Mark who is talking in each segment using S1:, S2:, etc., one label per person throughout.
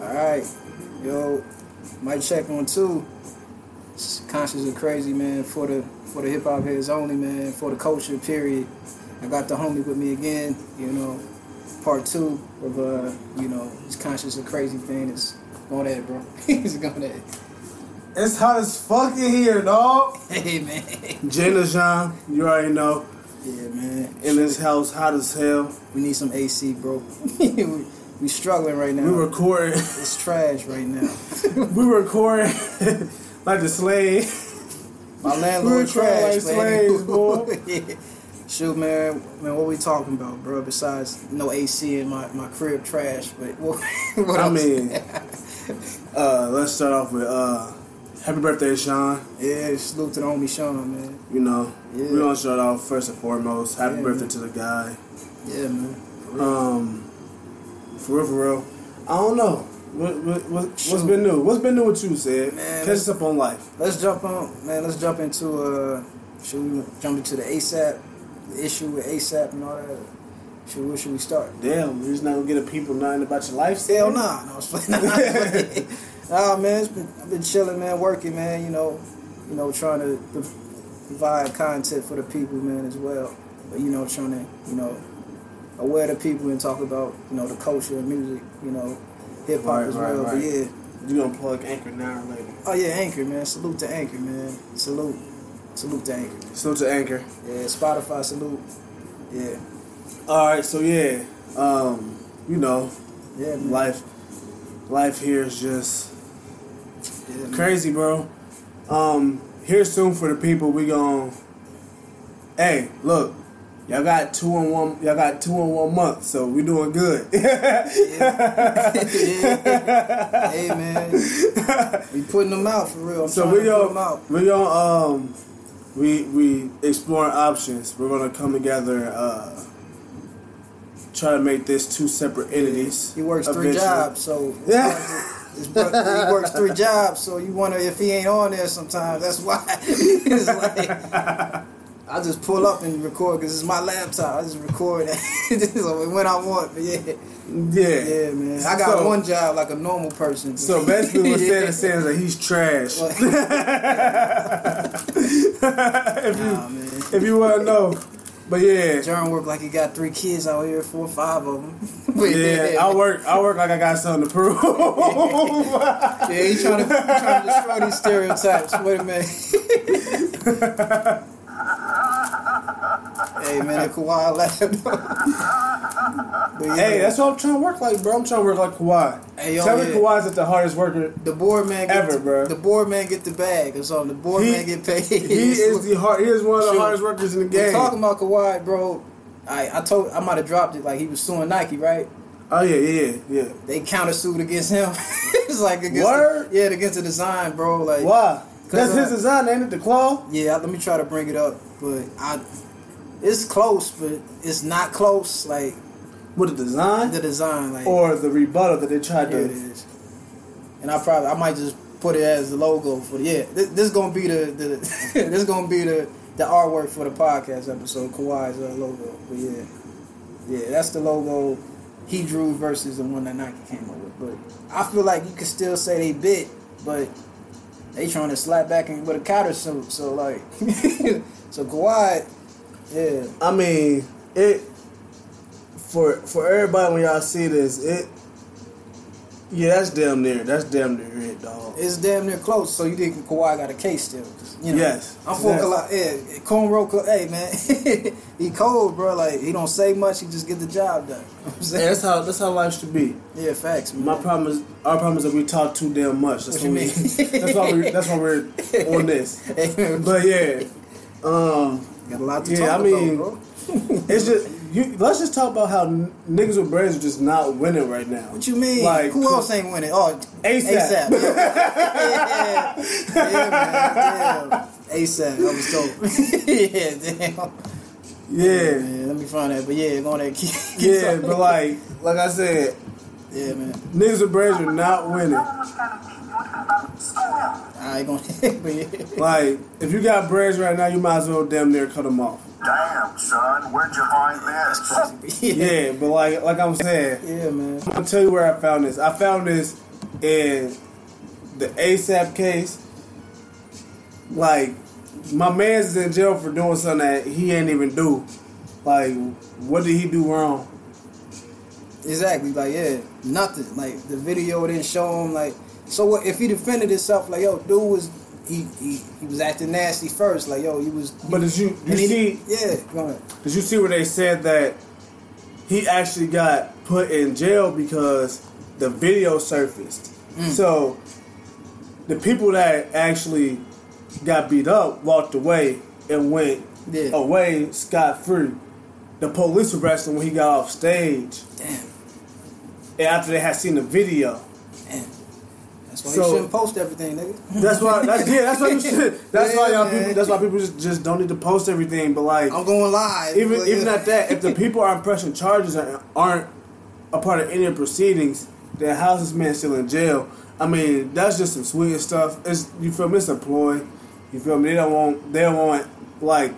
S1: Alright, yo, might check one too. It's Conscious and crazy, man, for the for the hip hop heads only, man, for the culture, period. I got the homie with me again, you know. Part two of uh, you know, this conscious and crazy thing is going at it, bro. He's going at it.
S2: It's hot as fuck in here, dog.
S1: Hey man.
S2: Jay LeJean, you already know,
S1: Yeah, man.
S2: in this house, hot as hell.
S1: We need some AC, bro. we, we struggling right now.
S2: We recording,
S1: it's trash right now.
S2: we recording like the slave.
S1: My landlord
S2: We
S1: trash,
S2: trash,
S1: man.
S2: slaves, boy.
S1: Yeah. Shoot, man, man, what we talking about, bro? Besides no AC in my, my crib, trash. But what, what
S2: I
S1: else?
S2: mean, uh, let's start off with uh, happy birthday, Sean.
S1: yeah, salute to the homie Sean, man.
S2: You know,
S1: Yeah.
S2: we're gonna start off first and foremost. Happy
S1: Yeah,
S2: birthday
S1: man.
S2: to the guy.
S1: Yeah, man.
S2: Um, for real, for real. I don't know. What, what, what, what's
S1: Shoot.
S2: been new? What's been new with you, Sid?
S1: Man.
S2: Catch us up on life.
S1: Let's jump on, man. Let's jump into uh, should we jump into the ASAP the issue with ASAP and all that? Should where should we start?
S2: Damn, you're just not gonna get a people nothing about your life, Sid?
S1: Hell nah, no, I was playing. nah, man, it's been, I've been chilling, man, working, man. You know, you know, trying to pro- provide content for the people, man, as well. But you know, trying to, you know, aware the people and talk about, you know, the culture and music, you know, hip hop
S2: Right,
S1: as
S2: right,
S1: well.
S2: right.
S1: But yeah,
S2: You're gonna plug Anchor now or later.
S1: oh yeah, Anchor, man. Salute to Anchor, man. Salute, salute to Anchor.
S2: So to Anchor.
S1: Yeah, Spotify, salute. Yeah,
S2: Alright, so yeah. Um, you know,
S1: yeah, man.
S2: life life here is just
S1: yeah, man.
S2: crazy, bro. Um, here soon for the people we gon' Hey, look, y'all got two in one y'all got two in one month, so we doing good.
S1: Yeah. Hey, man. We putting them out for real. I'm
S2: So
S1: trying
S2: we
S1: to put them
S2: gonna
S1: out.
S2: we gonna um we we exploring options. We're gonna come together, uh try to make this two separate entities.
S1: He works three
S2: eventually.
S1: jobs, so
S2: Yeah.
S1: His bro- he works three jobs, so you wonder if he ain't on there sometimes. That's why it's like I just pull up and record because it's my laptop. I just record it so when I want. But yeah,
S2: Yeah.
S1: yeah, man. I got
S2: So-
S1: one job like a normal person.
S2: So basically what
S1: Yeah.
S2: Santa says is that he's trash. if you
S1: Nah, man.
S2: if you wanna know. But yeah.
S1: John work like he got three kids out here, four or five of them. But
S2: Yeah, I work I work like I got something to prove.
S1: Yeah, he trying to, he trying to destroy these stereotypes. Wait a minute. hey, man, that Kawhi laughed. but yeah,
S2: hey, that's what I'm trying to work like, bro. I'm trying to work like Kawhi.
S1: Hey, yo,
S2: Tell me
S1: yeah.
S2: Kawhi's not the hardest worker
S1: the board man. Get
S2: Ever,
S1: the,
S2: bruh.
S1: The board man get the bag or something. The board
S2: He-
S1: man get paid.
S2: He is the hard. He is one of the
S1: Shoot.
S2: hardest workers in the
S1: We're
S2: game.
S1: talking about Kawhi, bro. I I told I might have dropped it like he was suing Nike, right?
S2: oh yeah, yeah, yeah.
S1: They countersued against him. it's like against
S2: Word?
S1: The, yeah, against the design, bro. Like
S2: Why? That's
S1: uh,
S2: his design, ain't it? The claw.
S1: Yeah, let me try to bring it up, but I it's close, but it's not close. Like
S2: With the design
S1: the design, like
S2: or the rebuttal that they tried
S1: here it
S2: to.
S1: is. And I probably I might just put it as the logo for the, yeah. This, this gonna be the, the this gonna be the the artwork for the podcast episode. Kawhi's uh, logo, but yeah, yeah, that's the logo he drew versus the one that Nike came up with. But I feel like you could still say they bit, but they trying to slap back in with a counter suit. So like, so Kawhi, yeah,
S2: I mean, it for for everybody when y'all see this, it yeah, that's damn near. That's damn near it, dog.
S1: It's damn near close, so you think Kawhi got a case still? You know,
S2: Yes.
S1: I'm for
S2: Yes.
S1: Kawhi. Yeah, cornrow. Ka- Hey man, he cold, bro. Like he don't say much. He just get the job done. I'm
S2: Yeah,
S1: saying.
S2: that's how that's how life should be.
S1: Yeah, facts, man.
S2: My problem is our problem is that we talk too damn much. That's
S1: What you
S2: we,
S1: mean?
S2: that's why we that's why we're on this.
S1: Hey, man,
S2: But yeah, um,
S1: got a lot to
S2: yeah,
S1: talk
S2: I mean-
S1: about, bro.
S2: It's just you. Let's just talk about how n- niggas with brains are just not winning right now.
S1: What you mean?
S2: Like
S1: Who else ain't winning? Oh, ASAP.
S2: ASAP.
S1: yeah, yeah, man. Damn. ASAP. That was dope. yeah, damn.
S2: Yeah,
S1: Man, let me find that. But yeah, going that key.
S2: yeah, but like, like I said,
S1: yeah, man.
S2: niggas with brains are not winning.
S1: I ain't gonna. but yeah.
S2: Like, if you got brains right now, you might as well damn near cut them off.
S3: Damn, son, where'd you find this?
S1: yeah.
S2: Yeah, but like, like I'm saying,
S1: Yeah, man.
S2: I'm gonna tell you where I found this. I found this and the ASAP case, like my man's in jail for doing something that he ain't even do. Like, what did he do wrong?
S1: Exactly. Like, yeah, nothing. Like the video didn't show him. Like, so what if he defended himself? Like, yo, dude was he he, he was acting nasty first. Like, yo, he was.
S2: But did you you
S1: and he-
S2: see
S1: yeah, go ahead.
S2: did you see where they said that he actually got put in jail because the video surfaced?
S1: Mm.
S2: So the people that actually got beat up walked away and went
S1: Yeah.
S2: away scot free. The police arrested him when he got off stage
S1: Damn,
S2: and after they had seen the video.
S1: damn. That's why
S2: So-
S1: you shouldn't post everything, nigga.
S2: That's why. That's yeah. That's why you should. That's why y'all.
S1: Yeah,
S2: People,
S1: man.
S2: that's why people just, just don't need to post everything. But like,
S1: I'm going live.
S2: even
S1: Like,
S2: even
S1: yeah.
S2: at that, if the people aren't pressing charges and aren't a part of any proceedings, then how's this man still in jail? I mean, that's just some sweet stuff. It's you feel me? It's a ploy. You feel me? They don't want. They don't want like.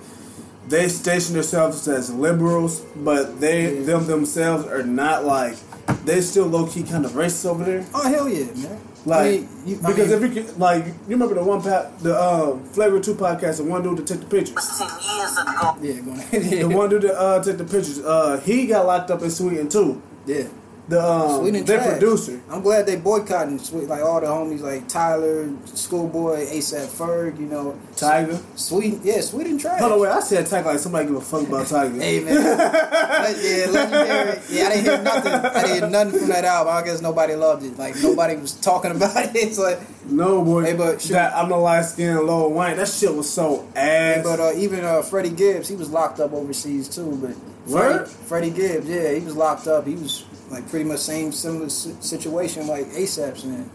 S2: They station themselves as liberals, but they
S1: Yeah.
S2: them themselves are not like. They still low key kind of racist over there.
S1: Oh hell yeah, man.
S2: Like
S1: I mean, you, I
S2: because
S1: mean,
S2: if you could, like you remember the one pa- the um, Flavor Two podcast, the one dude that took the pictures,
S3: 16 years ago.
S1: yeah, go ahead.
S2: the
S1: yeah.
S2: one dude that uh, took the pictures, uh, he got locked up in Sweden too.
S1: yeah.
S2: The um,
S1: Sweden
S2: their
S1: trash.
S2: producer,
S1: I'm glad they boycotting Sweet, like all the homies like Tyler, Schoolboy, ASAP Ferg, you know.
S2: Tiger.
S1: Sweden, yeah, Sweden trash.
S2: Hold on, wait, I said Tiger like somebody give a fuck about Tiger.
S1: Hey man, Let- yeah, legendary. Yeah, I didn't hear nothing. I didn't hear nothing from that album. I guess nobody loved it. Like nobody was talking about it. It's like,
S2: No boy,
S1: Hey, but shit-
S2: that I'm the light skinned low Wayne. That shit was so ass.
S1: but uh, even uh, Freddie Gibbs, he was locked up overseas too. But
S2: Word?
S1: Freddie, Freddie Gibbs, yeah, he was locked up. He was like pretty much same similar si- situation like ASAP's in.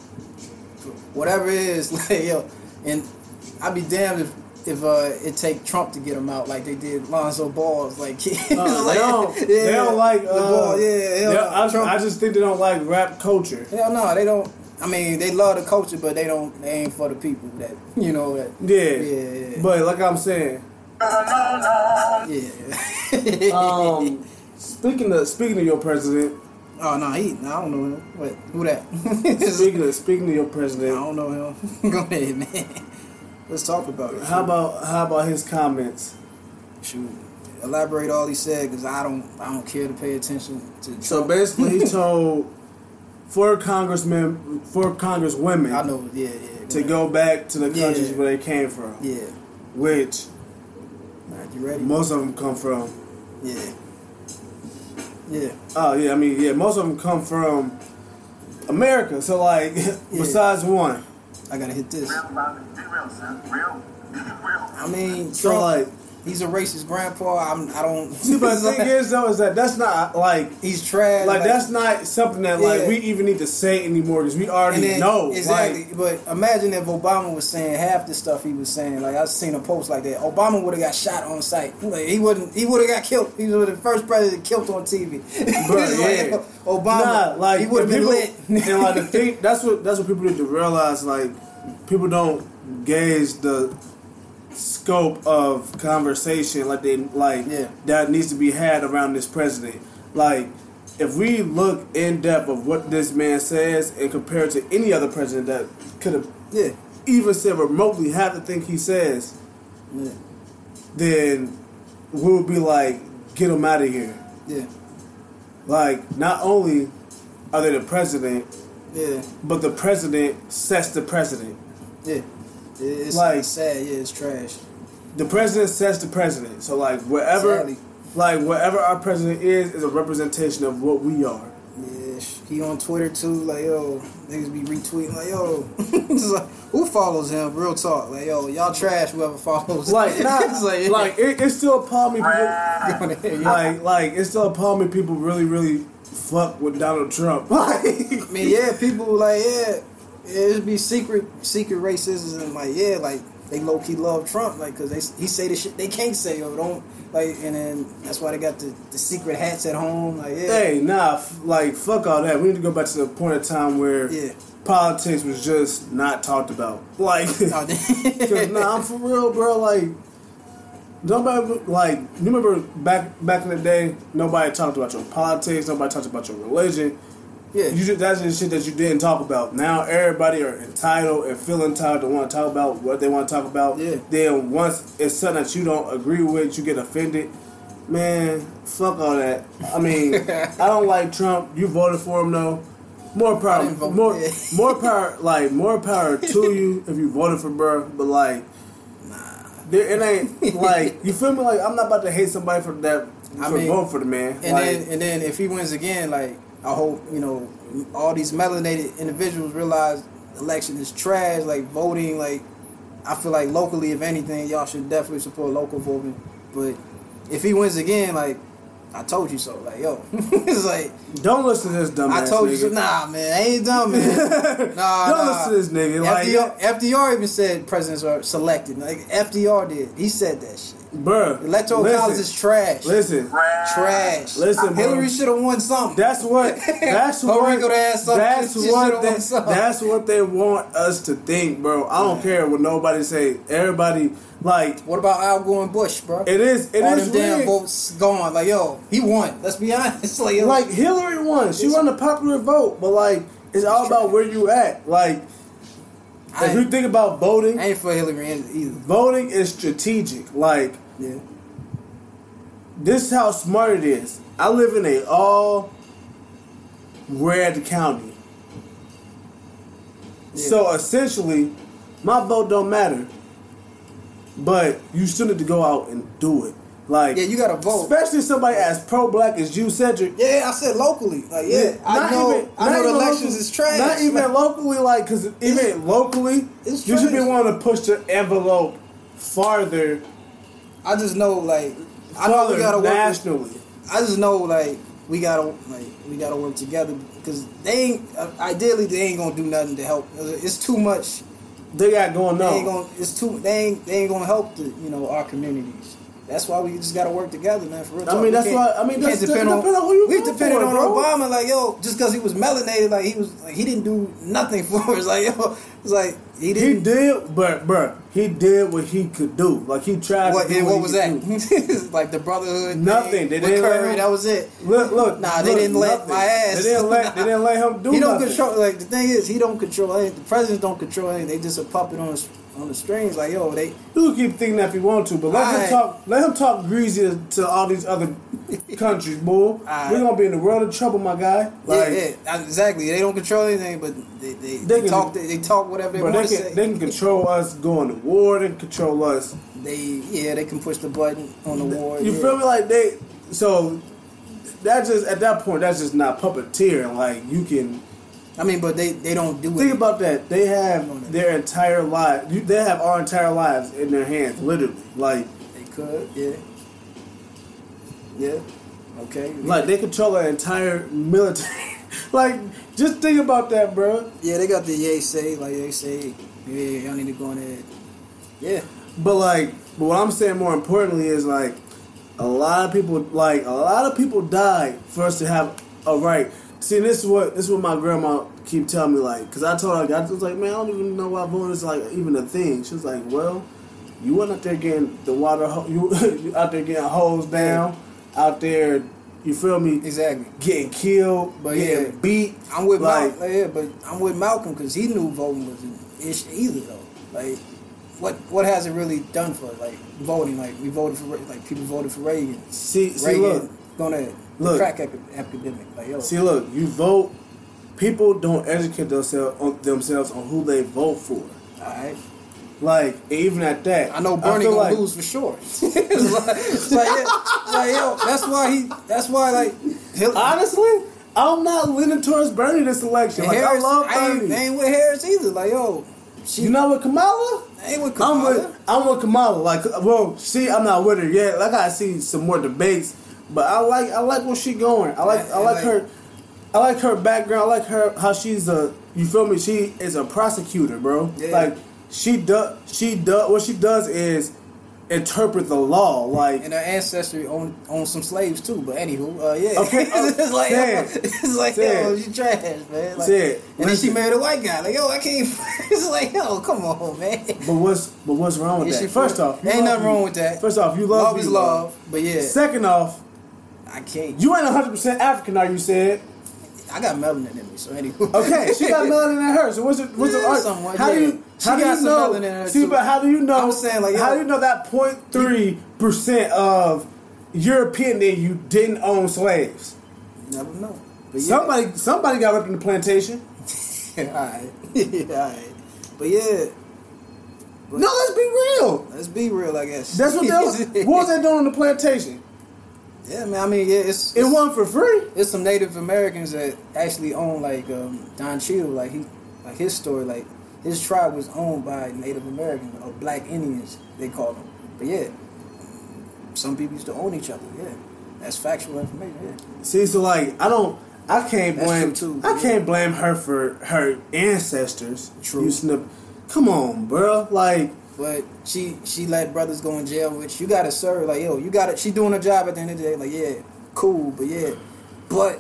S1: Whatever it is, like yo, and I'd be damned if. If uh, it take Trump to get him out like they did Lonzo Balls, like,
S2: Uh, they, don't, they don't like uh,
S1: the ball, yeah, hell
S2: they-
S1: no.
S2: I, just-
S1: Trump-
S2: I just think they don't like rap culture.
S1: Hell no, they don't. I mean, they love the culture, but they don't. They ain't for the people that you know that. yeah, yeah.
S2: but like I'm saying,
S1: yeah.
S2: um, speaking of speaking of your president,
S1: oh no, he. No, I don't know him. What? Who that?
S2: speaking of speaking of your
S1: I
S2: president,
S1: don't know him. Go ahead, man. Let's talk about it.
S2: how about how about his comments?
S1: Shoot. Elaborate all he said because I don't. I don't care to pay attention to.
S2: So basically, he told four congressmen, four congresswomen,
S1: I know. Yeah, yeah.
S2: to go back to the
S1: Yeah.
S2: countries where they came from,
S1: Yeah.
S2: which
S1: All right, you ready?
S2: most of them come from.
S1: Yeah. Yeah.
S2: Oh yeah, I mean yeah, most of them come from America. So like, besides one,
S1: I gotta hit this.
S3: Real, Robin, be real, son. Real. Be real.
S1: I mean, Trump,
S2: so like.
S1: he's a racist grandpa. I'm. I don't.
S2: See, but the thing is though is that that's not like
S1: he's trash.
S2: like that's not something that like
S1: Yeah.
S2: we even need to say anymore because we already
S1: And then,
S2: know
S1: exactly.
S2: Like,
S1: but imagine if Obama was saying half the stuff he was saying. Like I've seen a post like that. Obama would have got shot on sight. Like, he wouldn't. He would have got killed. He was the first president killed on TV. It's like,
S2: yeah.
S1: Obama.
S2: nah, like
S1: he would have
S2: the
S1: been lit.
S2: people- and like the thing that's what that's what people need to realize. Like people don't gauge the scope of conversation like they like
S1: Yeah.
S2: that needs to be had around this president. Like if we look in depth of what this man says and compare it to any other president that could have
S1: yeah.
S2: even said remotely half the thing he says,
S1: Yeah.
S2: then we'll be like, get him out of here.
S1: Yeah.
S2: Like, not only are they the president,
S1: Yeah.
S2: but the president sets the president.
S1: Yeah. It's
S2: Like-
S1: like sad. Yeah. It's trash.
S2: The president sets the president. So like wherever,
S1: Sadly.
S2: like wherever our president is, is a representation of what we are.
S1: Yeah, sh- he on Twitter too. Like yo, niggas be retweeting. Like yo, it's like who follows him? Real talk. Like yo, y'all trash. Whoever follows.
S2: Like, nah,
S1: It's
S2: like,
S1: yeah.
S2: it, it's still appalling me. People,
S1: Going there, yeah.
S2: like, like it's still appalling me. People really, really fuck with Donald Trump. Like,
S1: I mean, yeah, people like yeah, it'd be secret secret racism. And like yeah, like they low key love Trump. Like because they he say the shit they can't say or don't like, and then that's why they got the, the secret hats at home. Like yeah,
S2: Hey, nah, f- like fuck all that. We need to go back to the point of time where
S1: Yeah.
S2: politics was just not talked about. Like,
S1: Oh,
S2: cause,
S1: damn.
S2: nah, I'm for real, bro. Like, nobody like you remember back back in the day, nobody talked about your politics. Nobody talked about your religion.
S1: Yeah.
S2: You just, that's just shit that you didn't talk about. Now everybody are entitled and feel entitled to want to talk about what they want to talk about.
S1: Yeah.
S2: Then once it's something that you don't agree with, you get offended. Man, fuck all that. I mean, I don't like Trump. You voted for him though. More
S1: I
S2: power,
S1: didn't vote,
S2: more
S1: yeah.
S2: more power, like more power to you if you voted for Burr. But like, there, it ain't like you feel me. Like I'm not about to hate somebody for that for
S1: I mean,
S2: voting for the man.
S1: And
S2: like,
S1: then and then if he wins again, like I hope you know all these melanated individuals realize election is trash. Like voting, like I feel like locally, if anything, y'all should definitely support local voting. But if he wins again, like I told you so. Like yo, it's like
S2: don't listen to this dumbass.
S1: I told you so.
S2: nigga.
S1: Nah, man, I ain't dumb, man. Nah,
S2: Don't
S1: nah.
S2: listen to this nigga. Like,
S1: FDR, FDR even said presidents are selected. Like FDR did. He said that shit.
S2: bruh,
S1: Electoral
S2: listen,
S1: college is trash.
S2: Listen,
S1: Trash.
S2: Listen, bro.
S1: Hillary should have won something.
S2: that's what. That's
S1: Her
S2: what.
S1: wrinkled ass up,
S2: That's
S1: she- she
S2: what.
S1: should've
S2: They,
S1: won something.
S2: that's what they want us to think, bro. I don't care what nobody say. Everybody like
S1: What about outgoing Bush, bro?
S2: it is. It is
S1: All them damn
S2: weird.
S1: votes gone. Like yo, he won. Let's be honest. Like, yo,
S2: Like Hillary won. She won the popular vote, but like it's all about where you at. Like
S1: I,
S2: if you
S1: ain't,
S2: think about voting,
S1: I ain't for Hillary either.
S2: voting is strategic. Like
S1: Yeah.
S2: this is how smart it is. I live in a all red county.
S1: Yeah.
S2: So essentially, my vote don't matter. But you still need to go out and do it. Like
S1: Yeah, you gotta vote.
S2: Especially somebody as pro black as you, Cedric.
S1: Yeah, I said locally. Like yeah, I
S2: Not
S1: know.
S2: even-
S1: I
S2: not
S1: know the
S2: even
S1: elections
S2: local-
S1: is trash.
S2: Not even
S1: Like,
S2: locally, like because even locally,
S1: it's
S2: you should be
S1: trash.
S2: wanting to push the envelope farther,
S1: I just know like I know we
S2: farther
S1: gotta work. with-
S2: nationally.
S1: I just know like we gotta like we gotta work together because they ain't uh, ideally they ain't gonna do nothing to help. It's too much.
S2: They got going
S1: They ain't
S2: on.
S1: gonna. It's too. They ain't. They ain't gonna help the you know our communities. That's why we just gotta work together, man. For real.
S2: I
S1: talk.
S2: mean,
S1: We
S2: that's
S1: can't-
S2: why- I mean,
S1: we
S2: that's-
S1: can't depend
S2: that
S1: on
S2: depend on who you
S1: we
S2: vote
S1: depended
S2: for,
S1: on
S2: bro.
S1: Obama, like yo, just because he was melanated, like he was, like, he didn't do nothing for us, like yo, it's like he
S2: He
S1: didn't.
S2: did, but bruh, he did what he could do. Like he tried.
S1: what
S2: to do
S1: and what
S2: he
S1: was
S2: could
S1: that?
S2: do.
S1: like the brotherhood.
S2: Nothing. They
S1: Thing, with
S2: didn't let
S1: Curry,
S2: him-
S1: that was it.
S2: Look, look.
S1: Nah, they
S2: look,
S1: didn't let
S2: nothing.
S1: my ass.
S2: They didn't let. They didn't let him do.
S1: he don't
S2: nothing.
S1: control. Like the thing is, he don't control. Anything. The president don't control anything. They just a puppet on the, on the strings. Like yo, they
S2: You can keep thinking that if you want to, but let him
S1: Aight.
S2: talk. Let him talk greasy to- to all these other countries, boy.
S1: Aight.
S2: We're gonna be in the world of trouble, my guy. Like,
S1: yeah, yeah, exactly. They don't control anything, but they they,
S2: They
S1: they,
S2: can-
S1: talk they, they talk whatever they
S2: bro,
S1: want
S2: they
S1: to
S2: can
S1: say.
S2: they can control us going to war. They can control us.
S1: They yeah, they can push the button on the war.
S2: You
S1: yeah.
S2: feel me? Like they. So that just at that point, that's just not puppeteering. Like you can
S1: I mean, but they they don't do
S2: think
S1: it.
S2: about that. They have their entire life. You, they have our entire lives in their hands, literally. Like
S1: They could yeah, yeah. Okay.
S2: like they control our entire military. like just think about that, bro.
S1: yeah, they got the yay say like they say yeah, y'all need to go in there. Yeah,
S2: But like, but what I'm saying more importantly is like, a lot of people like a lot of people died for us to have a right. See, this is what this is what my grandma keep telling me like, cause I told her I was like, man, I don't even know why voting is like even a thing. She was like, well, you went out there getting the water, ho- you, you out there getting hosed down, out there, you feel me,
S1: exactly.
S2: getting killed,
S1: But
S2: getting
S1: yeah.
S2: beat.
S1: I'm with
S2: like,
S1: Malcolm, yeah, but I'm with Malcolm because he knew voting was an issue either though. Like, what what has it really done for us? Like voting, like we voted for Re- like people voted for Reagan.
S2: See, see,
S1: Reagan
S2: look,
S1: gonna
S2: Look.
S1: the crack epi- epidemic. Like yo,
S2: See, look, you vote. People don't educate themselves on themselves on who they vote for.
S1: all right.
S2: Like even at that,
S1: I know Bernie
S2: feel
S1: gonna
S2: like-
S1: lose for sure. it's like, it's like, yeah, it's like, yo, that's why he. That's why like Hillary,
S2: Honestly, I'm not leaning towards Bernie this election. Like
S1: Harris.
S2: I love
S1: I ain't,
S2: Bernie.
S1: I ain't with Harris either. Like yo, she
S2: you know what, Kamala?
S1: I ain't with
S2: I'm
S1: Kamala.
S2: with I'm with Kamala. Like, well, she I'm not with her yet. Like, I gotta see some more debates, but I like I like where she going. I like I
S1: And,
S2: like
S1: like-
S2: her. I like her background. I like her how she's a. You feel me? She is a prosecutor, bro.
S1: Yeah.
S2: Like she does. She does. What she does is interpret the law. Like
S1: and her ancestry owned owned some slaves too. But anywho, uh, yeah,
S2: Okay,
S1: it's,
S2: oh,
S1: like
S2: Sam,
S1: it's like
S2: Sam.
S1: yo, you trash, man. Like, and
S2: Sam,
S1: then she
S2: listen.
S1: married a white guy. Like yo, I can't. It's like yo, come on, man.
S2: But what's but what's wrong with
S1: Yeah, she
S2: that? First
S1: full-
S2: off, you
S1: ain't
S2: love
S1: nothing
S2: people.
S1: wrong with that.
S2: First off, you love
S1: Love is
S2: people.
S1: love, but yeah,
S2: Second off,
S1: I can't.
S2: you ain't 100 percent African, are you? Said
S1: I got melanin in me, so anyway.
S2: Okay, she got melanin in her. So what's the what's
S1: Yeah,
S2: the art?
S1: somewhat,
S2: how do
S1: yeah.
S2: you
S1: She
S2: how do
S1: got
S2: you
S1: some
S2: know?
S1: melanin in her,
S2: see,
S1: too.
S2: but how do you know?
S1: I'm saying, like,
S2: how
S1: yo-
S2: do you know that 03 percent of European that you didn't own slaves?
S1: Never know. But yeah.
S2: Somebody somebody got ripped in the plantation.
S1: alright. yeah, alright. But yeah,
S2: No, let's be real.
S1: let's be real, I guess.
S2: That's what they was. What was they doing on the plantation?
S1: Yeah, man. I mean, yeah, it's
S2: It
S1: it's,
S2: wasn't for free.
S1: it's some Native Americans that actually own like um, Don Cheadle, like he, like his story, like his tribe was owned by Native Americans or Black Indians, they call them. But yeah, some people used to own each other. Yeah, that's factual information. Yeah.
S2: See, so like I don't, I can't
S1: That's
S2: blame,
S1: true, too,
S2: I
S1: yeah.
S2: can't blame her for her ancestors.
S1: True.
S2: you snip. Come on, bro. Like
S1: But she she let brothers go in jail, which you gotta serve. Like yo, you got to She doing her job at the end of the day. Like yeah, cool, but yeah, but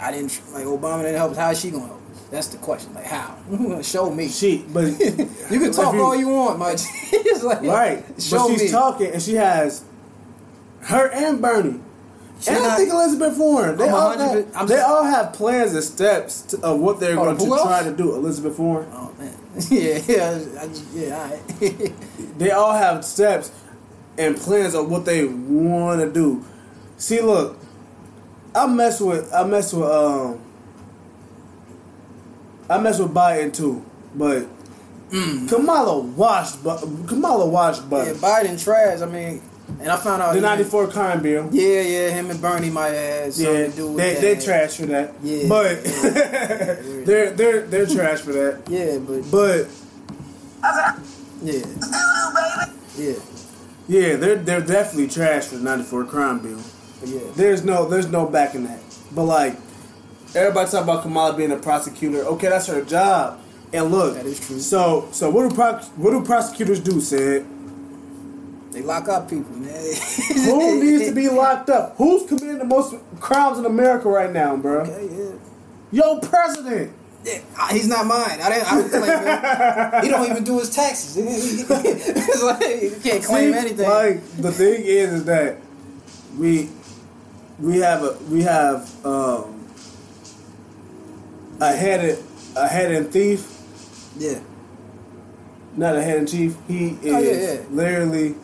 S1: I didn't like Obama didn't help. us. How is she gonna help? us? That's the question. Like how? show me.
S2: she, but
S1: you can talk
S2: if you-
S1: all you want, my. G. It's like,
S2: right.
S1: Show
S2: but she's
S1: me.
S2: talking, and she has her and Bernie.
S1: She
S2: and I
S1: not-
S2: think Elizabeth Warren. They,
S1: I'm
S2: all
S1: 100
S2: have,
S1: I'm
S2: they
S1: just-
S2: all have plans and steps to, of what they're
S1: Hold
S2: going
S1: on,
S2: to
S1: who
S2: try
S1: else?
S2: to do. Elizabeth Warren.
S1: Oh man. yeah, yeah, I just, yeah. All right.
S2: They all have steps and plans of what they want to do. See, look, I mess with I mess with um I mess with Biden too, but Kamala watched, but Kamala watched,
S1: Mm. yeah,
S2: but
S1: Biden trash. I mean, and I found out he-
S2: the '94 crime bill.
S1: Yeah, yeah. Him and Bernie might have had something
S2: Yeah,
S1: to do with
S2: they,
S1: that.
S2: they trash for that.
S1: Yeah.
S2: but
S1: Yeah.
S2: they're they're they're trash for that.
S1: Yeah, but
S2: But
S3: I
S1: yeah,
S3: said, doo-doo, baby.
S1: yeah,
S2: yeah, they're they're definitely trash for the '94 crime bill.
S1: but yeah.
S2: There's no there's no backing that. But like everybody talk about Kamala being a prosecutor. Okay, that's her job. And look,
S1: That is true.
S2: So so what do pro- what do prosecutors do? Said
S1: They lock up people, man.
S2: who needs to be locked up? Who's committing the most crimes in America right now, bro?
S1: Okay, yeah.
S2: Yo, president.
S1: Yeah, I- he's not mine. I didn't. I don't claim him. He don't even do his taxes. it's like you can't claim
S2: See,
S1: anything.
S2: Like the thing is, is that we we have a we have um, a head a head and thief,
S1: yeah,
S2: not a head and chief. He is
S1: Oh, yeah, yeah.
S2: literally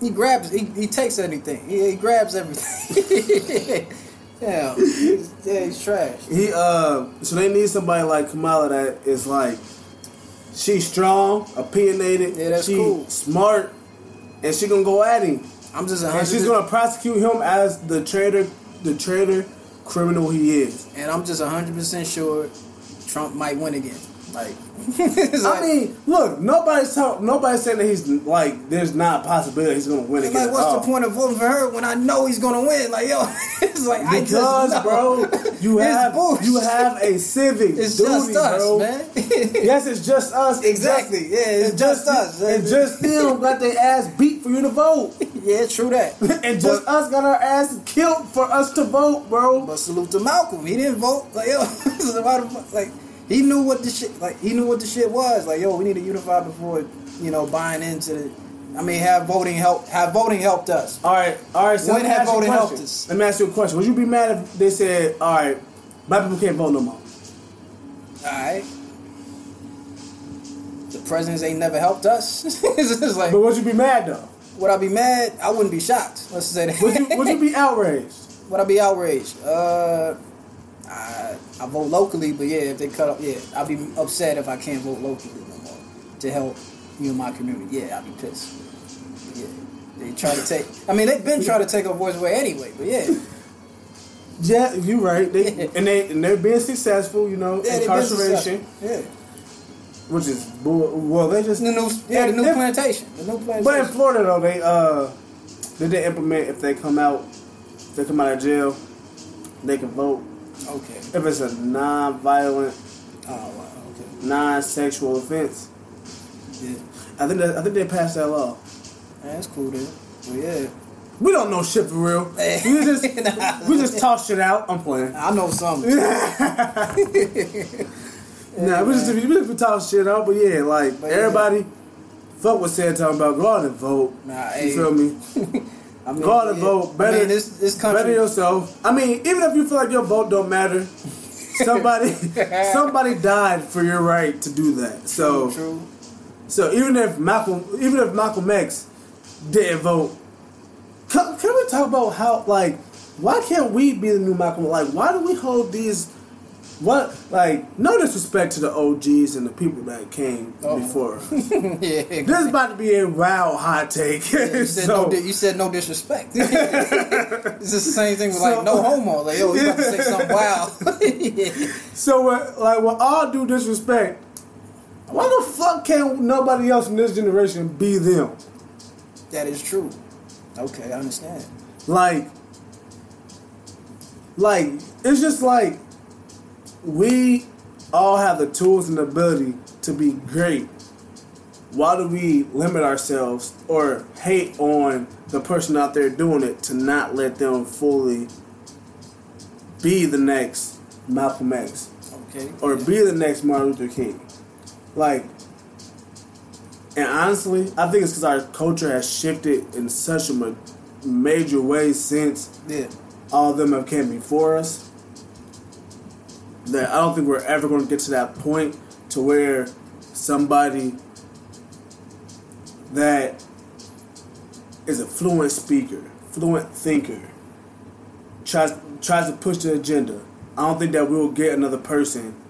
S1: he grabs. He, he takes anything. He, he grabs everything. yeah, he's, yeah, he's trash.
S2: he. Uh, so they need somebody like Kamala that is like she's strong, opinionated,
S1: Yeah, that's
S2: she
S1: cool.
S2: smart, and she gonna go at him.
S1: I'm just a
S2: And
S1: hundred.
S2: she's gonna prosecute him as the traitor, the traitor criminal he is.
S1: and I'm just hundred percent sure Trump might win again. Like, it's
S2: I mean, look, nobody's tell, nobody's saying that he's like there's not a possibility he's gonna win
S1: It's
S2: again.
S1: like, what's
S2: at
S1: the
S2: all.
S1: point of voting for her when I know he's gonna win? Like, yo, it's like I
S2: Because,
S1: just know.
S2: bro, you
S1: It's
S2: have
S1: bullshit.
S2: you have a civic
S1: It's
S2: duty,
S1: just us,
S2: bro.
S1: man.
S2: Yes, it's just us.
S1: Exactly.
S2: It's
S1: Yeah, it's just us.
S2: And just them got their ass beat for you to vote,
S1: yeah, true that.
S2: and just us got our ass killed for us to vote, bro.
S1: But salute to Malcolm. He didn't vote. Like, yo, so why the fuck? Like, he knew what the shit. Like, he knew what the shit was. Like, yo, we need to unify before, you know, buying into the. I mean, have voting help. Have voting helped us.
S2: All right, all right. So
S1: When
S2: let me
S1: have
S2: ask you a
S1: voting helped
S2: question.
S1: us?
S2: Let me ask you a question. Would you be mad if they said, "All right, black people can't vote no more"?
S1: All right. The presidents ain't never helped us. it's just like,
S2: But would you be mad though?
S1: would I be mad? I wouldn't be shocked. Let's say that.
S2: Would you would you be outraged?
S1: Would I be outraged? Uh, I, I vote locally, but yeah, if they cut up, yeah, I'll be upset if I can't vote locally no more to help you and my community. Yeah, I'll be pissed. Yeah, they try to take. I mean, they've been trying to take our voice away anyway, but yeah,
S2: Yeah, you're right. They
S1: Yeah.
S2: and they and they're being successful. You know,
S1: yeah, they've been successful.
S2: incarceration,
S1: Yeah,
S2: which is bull. Well, they just
S1: the new, yeah, the new
S2: If-
S1: plantation, the new plantation.
S2: But in Florida though, they uh, they did implement if they come out, if they come out of jail, they can vote.
S1: okay.
S2: If it's a non-violent,
S1: Oh wow. Okay.
S2: non-sexual offense,
S1: Yeah,
S2: I think that, I think they passed that law.
S1: that's cool then. Well, yeah,
S2: We don't know shit for real.
S1: Hey.
S2: We just
S1: Nah.
S2: we just toss shit out. I'm playing.
S1: I know something.
S2: Nah, we just we just be talking shit out, but yeah, like
S1: But yeah.
S2: everybody, fuck what said talking about. Go out and vote.
S1: Nah,
S2: you
S1: hey.
S2: feel me?
S1: I mean,
S2: Go out and
S1: yeah.
S2: vote. Better,
S1: I mean, this this
S2: better
S1: country.
S2: yourself. I mean, even if you feel like your vote don't matter, somebody somebody died for your right to do that. So
S1: True.
S2: so even if Malcolm even if Malcolm X didn't vote, can, can we talk about how like why can't we be the new Malcolm? Like why do we hold these? What like no disrespect to the OGs and the people that came
S1: Oh.
S2: before. us.
S1: yeah.
S2: This is about to be a wild hot take.
S1: You said,
S2: so,
S1: no, di- you said no disrespect. it's just the same thing with
S2: So-
S1: like no homo. Like yo, you about to say something wild.
S2: So, uh, like, with all due disrespect, why the fuck can't nobody else in this generation be them?
S1: that is true. Okay, I understand.
S2: Like, like it's just like we all have the tools and ability to be great. Why do we limit ourselves or hate on the person out there doing it to not let them fully be the next Malcolm X?
S1: Okay.
S2: or be the next Martin Luther King. Like, and honestly, I think it's because our culture has shifted in such a ma- major way since
S1: yeah.
S2: all of them have came before us that I don't think we're ever going to get to that point to where somebody that is a fluent speaker, fluent thinker, tries tries to push the agenda. I don't think that we will get another person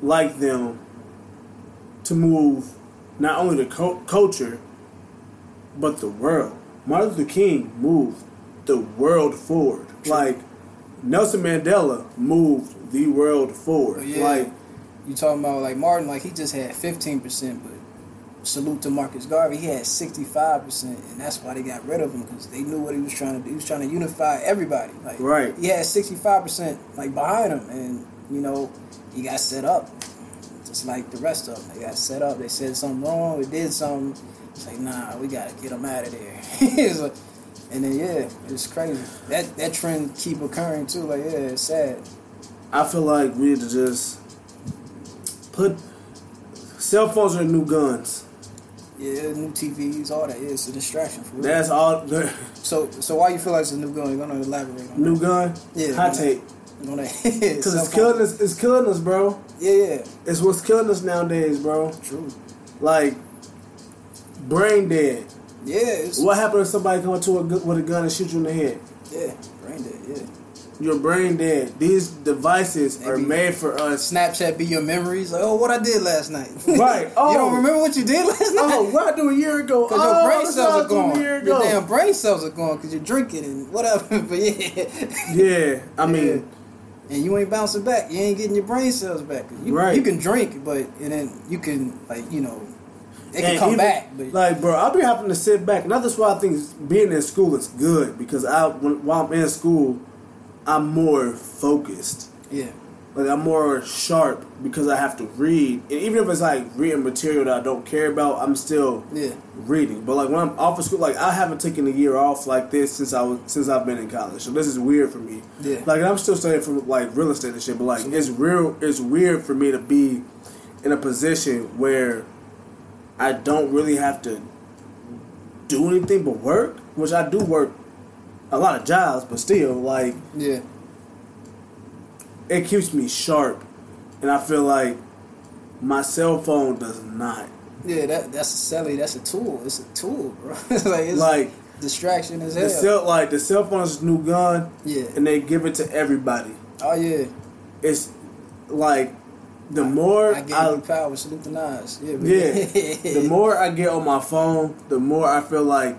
S2: like them to move not only the cul- culture but the world. Martin Luther King moved the world forward. Like Nelson Mandela moved the world forward.
S1: Oh, yeah.
S2: Like
S1: You talking about like Martin? Like he just had fifteen percent, but salute to Marcus Garvey, he had sixty five percent, and that's why they got rid of him because they knew what he was trying to do. He was trying to unify everybody. Like
S2: Right.
S1: he had sixty five percent like behind him, and you know he got set up, just like the rest of them. They got set up. They said something wrong. They did something. It's like nah, we gotta get him out of there. It's like- and then yeah, it's crazy. That that trend keep occurring too. Like yeah, it's sad.
S2: I feel like we need to just put cell phones are the new guns.
S1: Yeah, new TVs, all that. Yeah, it's a distraction for real.
S2: That's all
S1: So, so why you feel like it's a new gun? You're gonna elaborate on
S2: new gun.
S1: Yeah.
S2: Hot take.
S1: that. On that.
S2: Cause
S1: Cell
S2: it's
S1: phone.
S2: killing us. It's killing us, bro.
S1: Yeah, yeah,
S2: It's what's killing us nowadays, bro.
S1: true.
S2: Like brain dead.
S1: Yeah, it's,
S2: What happened if somebody come up to a gu- with a gun and shoot you in the head?
S1: yeah, brain dead. Yeah,
S2: Your brain dead. These devices are
S1: Maybe.
S2: made for us.
S1: Snapchat be your memories. Like, oh, what I did last night.
S2: Right.
S1: you
S2: Oh.
S1: don't remember what you did last night?
S2: Oh, what I do a year ago?
S1: Cause
S2: Oh,
S1: your brain
S2: this
S1: cells
S2: I
S1: are
S2: do
S1: gone.
S2: a year
S1: Your
S2: ago.
S1: damn brain cells are gone because you're drinking and whatever. but yeah,
S2: Yeah, I mean,
S1: and you ain't bouncing back. You ain't getting your brain cells back. You,
S2: Right.
S1: You can drink, but and then you can like you know, they can
S2: and
S1: come
S2: even-
S1: back. But
S2: Like, bro, I'll be having to sit back. And that's why I think being in school is good because I, when, while I'm in school, I'm more focused.
S1: yeah,
S2: Like I'm more sharp because I have to read, and even if it's like reading material that I don't care about, I'm still
S1: yeah.
S2: reading. But like when I'm off of school, like I haven't taken a year off like this since I was since I've been in college. So this is weird for me.
S1: Yeah.
S2: Like I'm still studying for like real estate and shit, but like it's real. It's weird for me to be in a position where I don't really have to do anything but work, which I do work a lot of jobs, but still like
S1: Yeah,
S2: it keeps me sharp, and I feel like my cell phone does not.
S1: yeah. That that's a Sally. That's a tool. It's a tool, bro. it's like it's
S2: Like
S1: distraction as hell.
S2: the cell, like the cell phone is a new gun.
S1: yeah.
S2: and they give it to everybody.
S1: Oh yeah.
S2: It's like the more
S1: I
S2: I,
S1: gave you power. Salute the knives. Yeah.
S2: yeah,
S1: man.
S2: the more I get on my phone, the more I feel like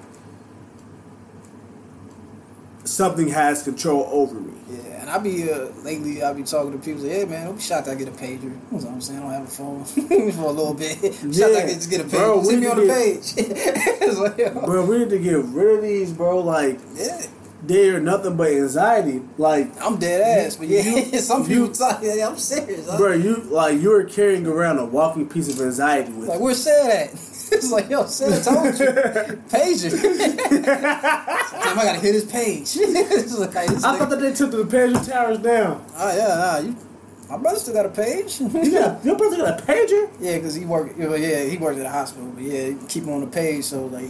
S2: something has control over me.
S1: Yeah, and I be uh, lately. I be talking to people. Like, yeah, man, don't be shocked. I get a pager. You know what I'm saying? I don't have a phone for a little bit. I'm shocked I
S2: Yeah.
S1: can just get a pager.
S2: Bro,
S1: See
S2: we
S1: me on the
S2: did-
S1: page. It's like, yo,
S2: Bro, we need to get rid of these, bro. Like
S1: yeah,
S2: they are nothing but anxiety. Like,
S1: I'm dead ass. But yeah,
S2: You-
S1: some
S2: you-
S1: people talk. Yeah, I'm serious. I'm
S2: bro, you like you are carrying around a walking piece of anxiety with.
S1: like,
S2: you.
S1: where's Sad at? it's like, yo, Sad told you. Pager. Damn, I gotta hit his page. it's like, it's
S2: I thought
S1: like,
S2: that they took the Pager towers down.
S1: oh, yeah, nah, you, my brother still got a page.
S2: You got, your brother got a pager?
S1: yeah, because he worked, yeah, but yeah, he worked at a hospital, but yeah, keep him on the page, so like,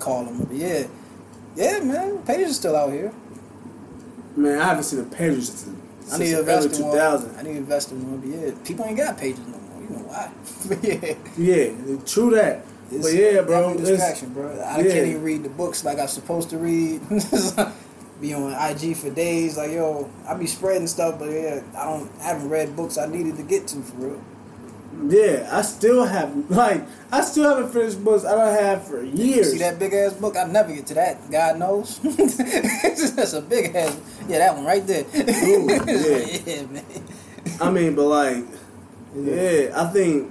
S1: call him. But yeah, yeah, man, Patriots are still out here.
S2: Man, I haven't seen a Patriots since,
S1: I
S2: since
S1: need to
S2: the early
S1: invest in
S2: two
S1: one.
S2: thousand.
S1: I need to invest in one. But yeah, people ain't got pages no more. You know why? But yeah.
S2: Yeah, true that. but yeah, bro,
S1: definitely
S2: it's-
S1: a distraction, bro. I
S2: yeah.
S1: can't even read the books like I'm supposed to read. be on IG for days, like yo, I be spreading stuff, but yeah, I don't I haven't read books I needed to get to for real.
S2: yeah, I still haven't like I still haven't finished books I don't have for
S1: You
S2: years.
S1: see that big ass book? I never get to that. God knows, that's a big ass. Yeah, that one right there.
S2: Ooh, yeah.
S1: yeah, man.
S2: I mean, but like, yeah, I think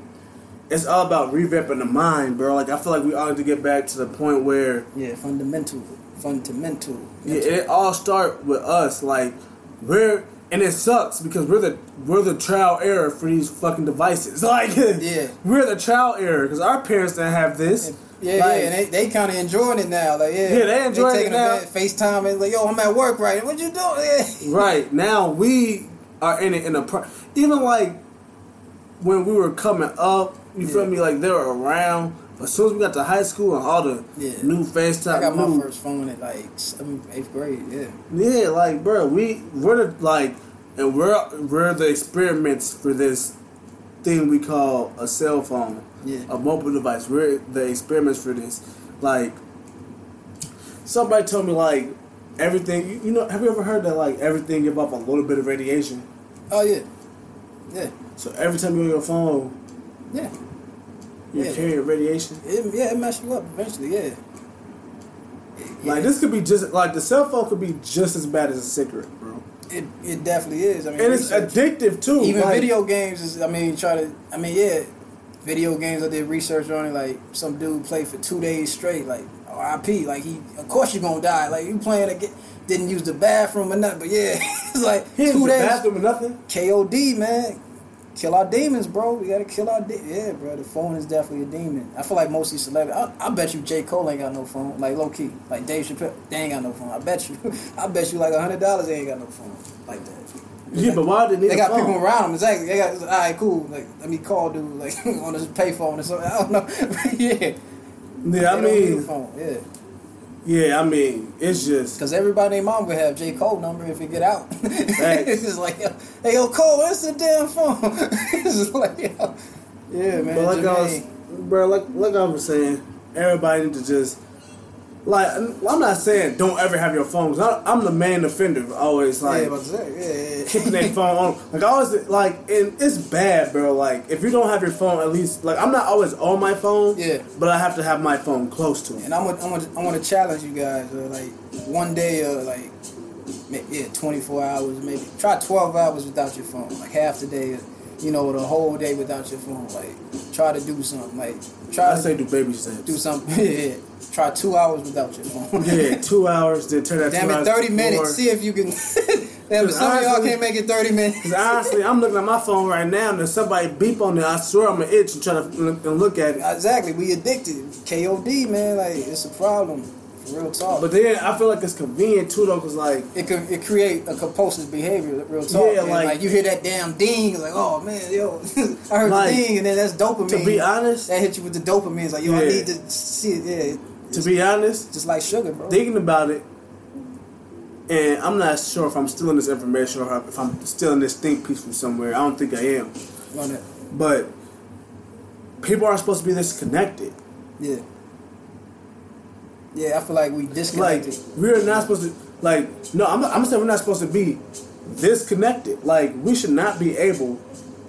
S2: it's all about revamping the mind, bro. Like, I feel like we ought to get back to the point where
S1: Yeah, fundamental, fundamental.
S2: yeah, it all start with us. Like, we're and it sucks because we're the we're the trial error for these fucking devices. Like,
S1: Yeah.
S2: we're the trial error because our parents didn't have this.
S1: Yeah,
S2: Like,
S1: yeah, and they, they kind of enjoying it now. Like, yeah,
S2: Yeah, they enjoying it
S1: taking a
S2: now.
S1: bad FaceTime and like, yo, I'm at work, right? What you doing? Yeah.
S2: Right now, we are in it in a pro- even like when we were coming up. You feel
S1: Yeah.
S2: me? Like they were around. But as soon as we got to high school and all the
S1: Yeah.
S2: new
S1: I
S2: FaceTime,
S1: got my
S2: new,
S1: first phone at like seventh, eighth grade. Yeah,
S2: yeah, like bro, we we're the, like, and we're we're the experiments for this thing we call a cell phone,
S1: Yeah.
S2: a mobile device. We're the experiments for this. Like somebody told me, like everything. You, you know, have you ever heard that? Like everything give up a little bit of radiation.
S1: oh yeah, yeah,
S2: So every time you're on your phone,
S1: yeah,
S2: you're
S1: Yeah.
S2: carrying radiation.
S1: it, yeah. It messed you up eventually. Yeah,
S2: Like this could be just like the cell phone could be just as bad as a cigarette, bro.
S1: it it definitely is. I mean,
S2: And it's
S1: research-
S2: addictive too.
S1: even
S2: like,
S1: video games is. I mean, try to. I mean, yeah, video games. I did research on it. Like some dude played for two days straight. Like R.I.P. Like he, of course you're gonna die. Like you playing again. Didn't use the bathroom or nothing. But yeah, it's like
S2: He ain't
S1: two
S2: in the
S1: days.
S2: bathroom or nothing.
S1: KOD, man. Kill our demons, bro. We gotta kill our de- yeah, bro. The phone is definitely a demon. I feel like most of these celebrities. I, I bet you J Cole ain't got no phone. Like low key, like Dave Chappelle, they ain't got no phone. I bet you. I bet you like a hundred dollars they ain't got no phone like that.
S2: Yeah, but why did they need
S1: They
S2: a
S1: got
S2: phone?
S1: people around them. Exactly. They got all right, cool. Like let me call dude like on his payphone or something. I don't know. yeah.
S2: Yeah, I
S1: They don't need a
S2: mean,
S1: phone. Yeah.
S2: yeah, I mean, it's just
S1: Cause everybody, and their mom would have J Cole number if it get out. it's just like, yo, hey, yo, Cole, what's the damn phone? it's just like, yo, yeah, man.
S2: but like I was,
S1: Jermaine.
S2: bro, like like I was saying, everybody need to just like I'm not saying don't ever have your phones. I, I'm the main offender. Always
S1: yeah,
S2: like
S1: about to say, yeah, yeah,
S2: keeping their phone on. Like I always like, and it's bad, bro. Like if you don't have your phone, at least like I'm not always on my phone.
S1: Yeah.
S2: But I have to have my phone close to me.
S1: And I'm gonna, I'm gonna, I want to challenge you guys. Uh, like one day, uh, like ma- yeah, 24 hours, maybe try 12 hours without your phone. Like half the day, you know, the whole day without your phone. Like try to do something. Like try
S2: I
S1: to
S2: say do baby steps.
S1: do something. yeah, yeah. Try two hours without your phone.
S2: yeah, two hours. Then turn that.
S1: Damn
S2: two
S1: it,
S2: hours
S1: 30
S2: to
S1: minutes.
S2: four.
S1: See if you can. Damn, it, some of y'all
S2: honestly-
S1: can't make it 30 minutes.
S2: Cause honestly, I'm looking at my phone right now, and if somebody beep on there, I swear I'm gonna itch and try to look, and look at it.
S1: Exactly, we addicted. KOD, man, like, it's a problem. For real talk.
S2: But then I feel like it's convenient too, though, cause like
S1: it could it create a compulsive behavior, real talk.
S2: Yeah,
S1: And,
S2: like-
S1: like, you hear that damn ding, like, oh man, yo, I heard
S2: Like,
S1: the ding, and then that's dopamine.
S2: to be honest,
S1: that hit you with the dopamine. It's like, yo, I
S2: Yeah.
S1: need to see it. Yeah,
S2: to be honest,
S1: just like sugar, bro.
S2: thinking about it, and I'm not sure if I'm stealing this information or if I'm stealing this think piece from somewhere. I don't think I am,
S1: On that.
S2: but people aren't supposed to be this connected.
S1: Yeah. Yeah, I feel like we
S2: Like
S1: disconnected.
S2: we're not supposed to. Like no, I'm, I'm saying we're not supposed to be this connected. Like we should not be able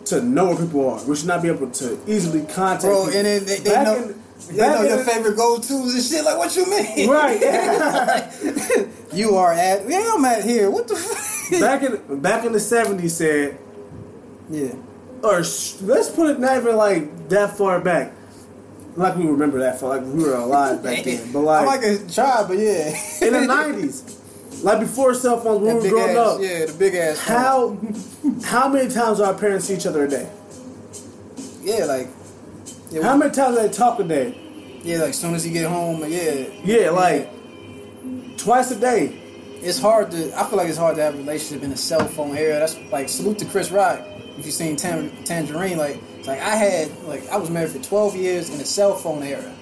S2: to know where people are. We should not be able to easily contact.
S1: Bro,
S2: people.
S1: and then they, they
S2: Back
S1: know,
S2: in-
S1: they
S2: back
S1: know
S2: in
S1: your
S2: the-
S1: favorite go tos and shit. Like, what you mean?
S2: Right.
S1: you are at, yeah, I'm at here. What the fuck?
S2: back in back in the '70s, said
S1: yeah.
S2: or sh- let's put it not even like that far back. Like we remember that for like we were alive back then, but
S1: I'm
S2: like
S1: like a child, but yeah.
S2: in the nineties, like before cell phones, when
S1: That
S2: we were
S1: big
S2: growing
S1: ass,
S2: up,
S1: Yeah, the big ass. phone.
S2: how how many times do our parents see each other a day?
S1: Yeah, like. Yeah,
S2: How many times do they talk a day?
S1: yeah, like soon as you get home, yeah.
S2: Yeah, like twice a day.
S1: It's hard to. I feel like it's hard to have a relationship in a cell phone era. That's like salute to Chris Rock. If you seen Tam, Tangerine, like it's like I had like I was married for twelve years in a cell phone era.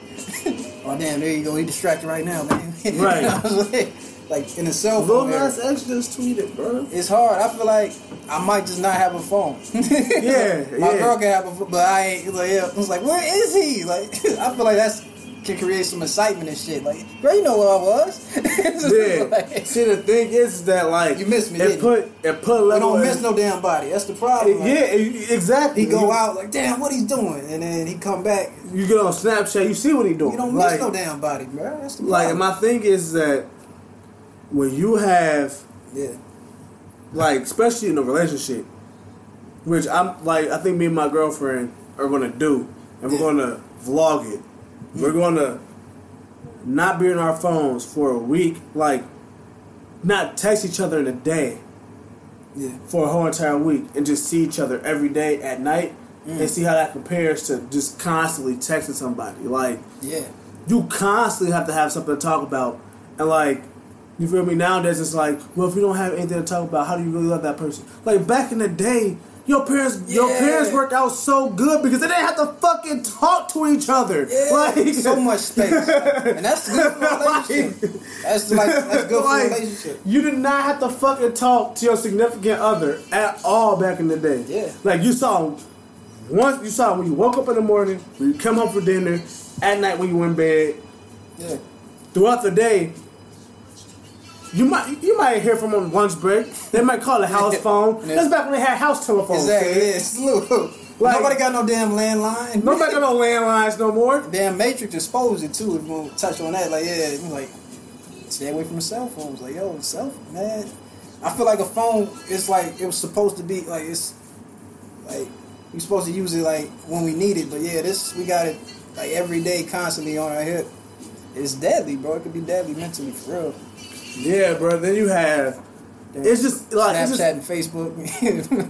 S1: Oh damn, there you go. He distracted right now, man.
S2: Right.
S1: I was like, like in the cell
S2: Lil
S1: phone. era,
S2: Nas X just tweeted, bro.
S1: It's hard. I feel like I might just not have a phone.
S2: Yeah,
S1: my
S2: yeah.
S1: girl can have a phone, but I ain't. Like, yeah. I was like, where is he? Like, I feel like that's can create some excitement and shit. Like, bro, you know where I was.
S2: Yeah.
S1: Like,
S2: See, the thing is that like
S1: You missed me, didn't
S2: It put it put
S1: we
S2: level.
S1: don't
S2: in-
S1: miss no damn body. That's the problem. Like,
S2: Yeah, e- exactly.
S1: He go
S2: You-
S1: out like, damn, what he's doing, and then he come back.
S2: You get on Snapchat, you see what he doing.
S1: You don't miss
S2: like,
S1: no damn body, bro. That's the
S2: Like
S1: problem.
S2: and my thing is that when you have
S1: yeah.
S2: like especially in a relationship, which I'm like I think me and my girlfriend are gonna do, and we're gonna vlog it. We're gonna not be on our phones for a week, like not text each other in a day
S1: Yeah.
S2: for a whole entire week, and just see each other every day at night, and see how that compares to just constantly texting somebody. Like
S1: Yeah.
S2: you constantly have to have something to talk about. And like, you feel me? Nowadays it's like, well, if you don't have anything to talk about, how do you really love that person? Like back in the day, your parents, your
S1: Yeah.
S2: parents worked out so good because they didn't have to fucking talk to each other.
S1: Yeah,
S2: Like
S1: so much space, and that's good for a relationship. That's like that's good for a
S2: Like,
S1: relationship.
S2: You did not have to fucking talk to your significant other at all back in the day.
S1: Yeah.
S2: Like you saw once you saw when you woke up in the morning, when you come home for dinner, at night when you went to bed,
S1: Yeah.
S2: throughout the day. You might you might hear from them on lunch break. They might call the house phone.
S1: Yeah.
S2: That's back when they had house telephones.
S1: Exactly.
S2: kid.
S1: Yeah, slew.
S2: Oh, Like-
S1: Nobody got no damn landline.
S2: Nobody got no landlines no more.
S1: damn Matrix exposed it too. If you want to touch on that, like yeah, you like stay away from cell phones. Like yo, cell phone, man. I feel like a phone. It's like it was supposed to be like it's like we supposed to use it like when we need it. But yeah, this we got it like every day, constantly on our hip. It's deadly, bro. It could be deadly mentally for real.
S2: Yeah, bro. Then you have it's just like
S1: Snapchat
S2: it's just,
S1: and Facebook.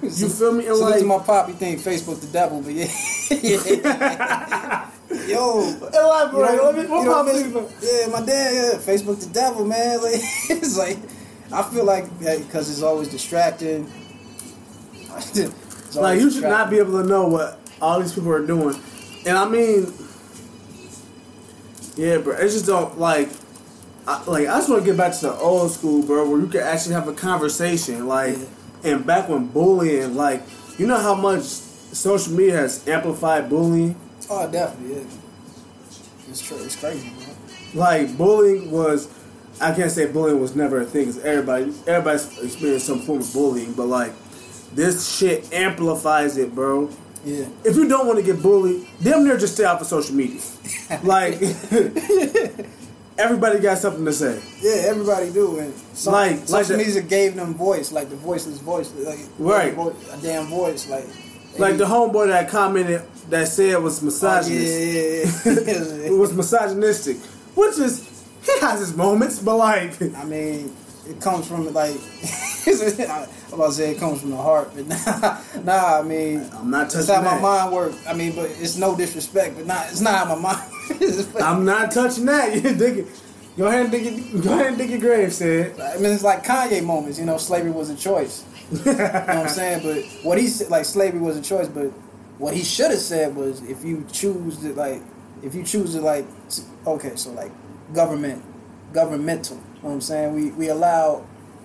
S2: You feel me? And
S1: Salute
S2: like-
S1: to my pop. You think Facebook the devil, but yeah. Yo,
S2: Hey, like, bro,
S1: you know,
S2: let me- what
S1: you know,
S2: my
S1: miss-
S2: Facebook-
S1: yeah, my dad, yeah, Facebook the devil, man. Like it's like I feel like because it's always distracting. It's
S2: Like
S1: always
S2: you should
S1: distracting.
S2: not be able to know what all these people are doing, and I mean, yeah, bro. It just don't like, I, like I just want to get back to the old school, bro, where you could actually have a conversation, like, and back when bullying, like, you know how much social media has amplified bullying.
S1: Oh, definitely. Yeah. It's true. It's crazy, man.
S2: Like bullying was, I can't say bullying was never a thing. 'cause everybody, everybody's experienced some form of bullying, but like, this shit amplifies it, bro.
S1: Yeah.
S2: if you don't want to get bullied, damn near just stay off of social media. Like everybody got something to say.
S1: Yeah, everybody do, and some,
S2: Like-
S1: social
S2: like the-
S1: media gave them voice, like the voiceless voice, like
S2: Right.
S1: vo- a damn voice, like
S2: Like the homeboy that commented that said was
S1: oh,
S2: misogynist.
S1: yeah, yeah, yeah,
S2: It
S1: yeah.
S2: was misogynistic, which is he has his moments, but like
S1: I mean, it comes from like I was about to say it comes from the heart, but nah, nah I mean,
S2: I'm not
S1: that's
S2: touching
S1: how my
S2: that.
S1: mind works. I mean, but it's no disrespect, but not it's not how my mind. is.
S2: I'm not touching that. You dig it. Go ahead and dig it. Go ahead and dig your grave, said.
S1: I mean, it's like Kanye moments. You know, slavery was a choice. you know what I'm saying? But what he said, like slavery was a choice. But what he should have said was, if you choose to like, if you choose to like, s- okay, so like government, governmental. You know what I'm saying? We we allow,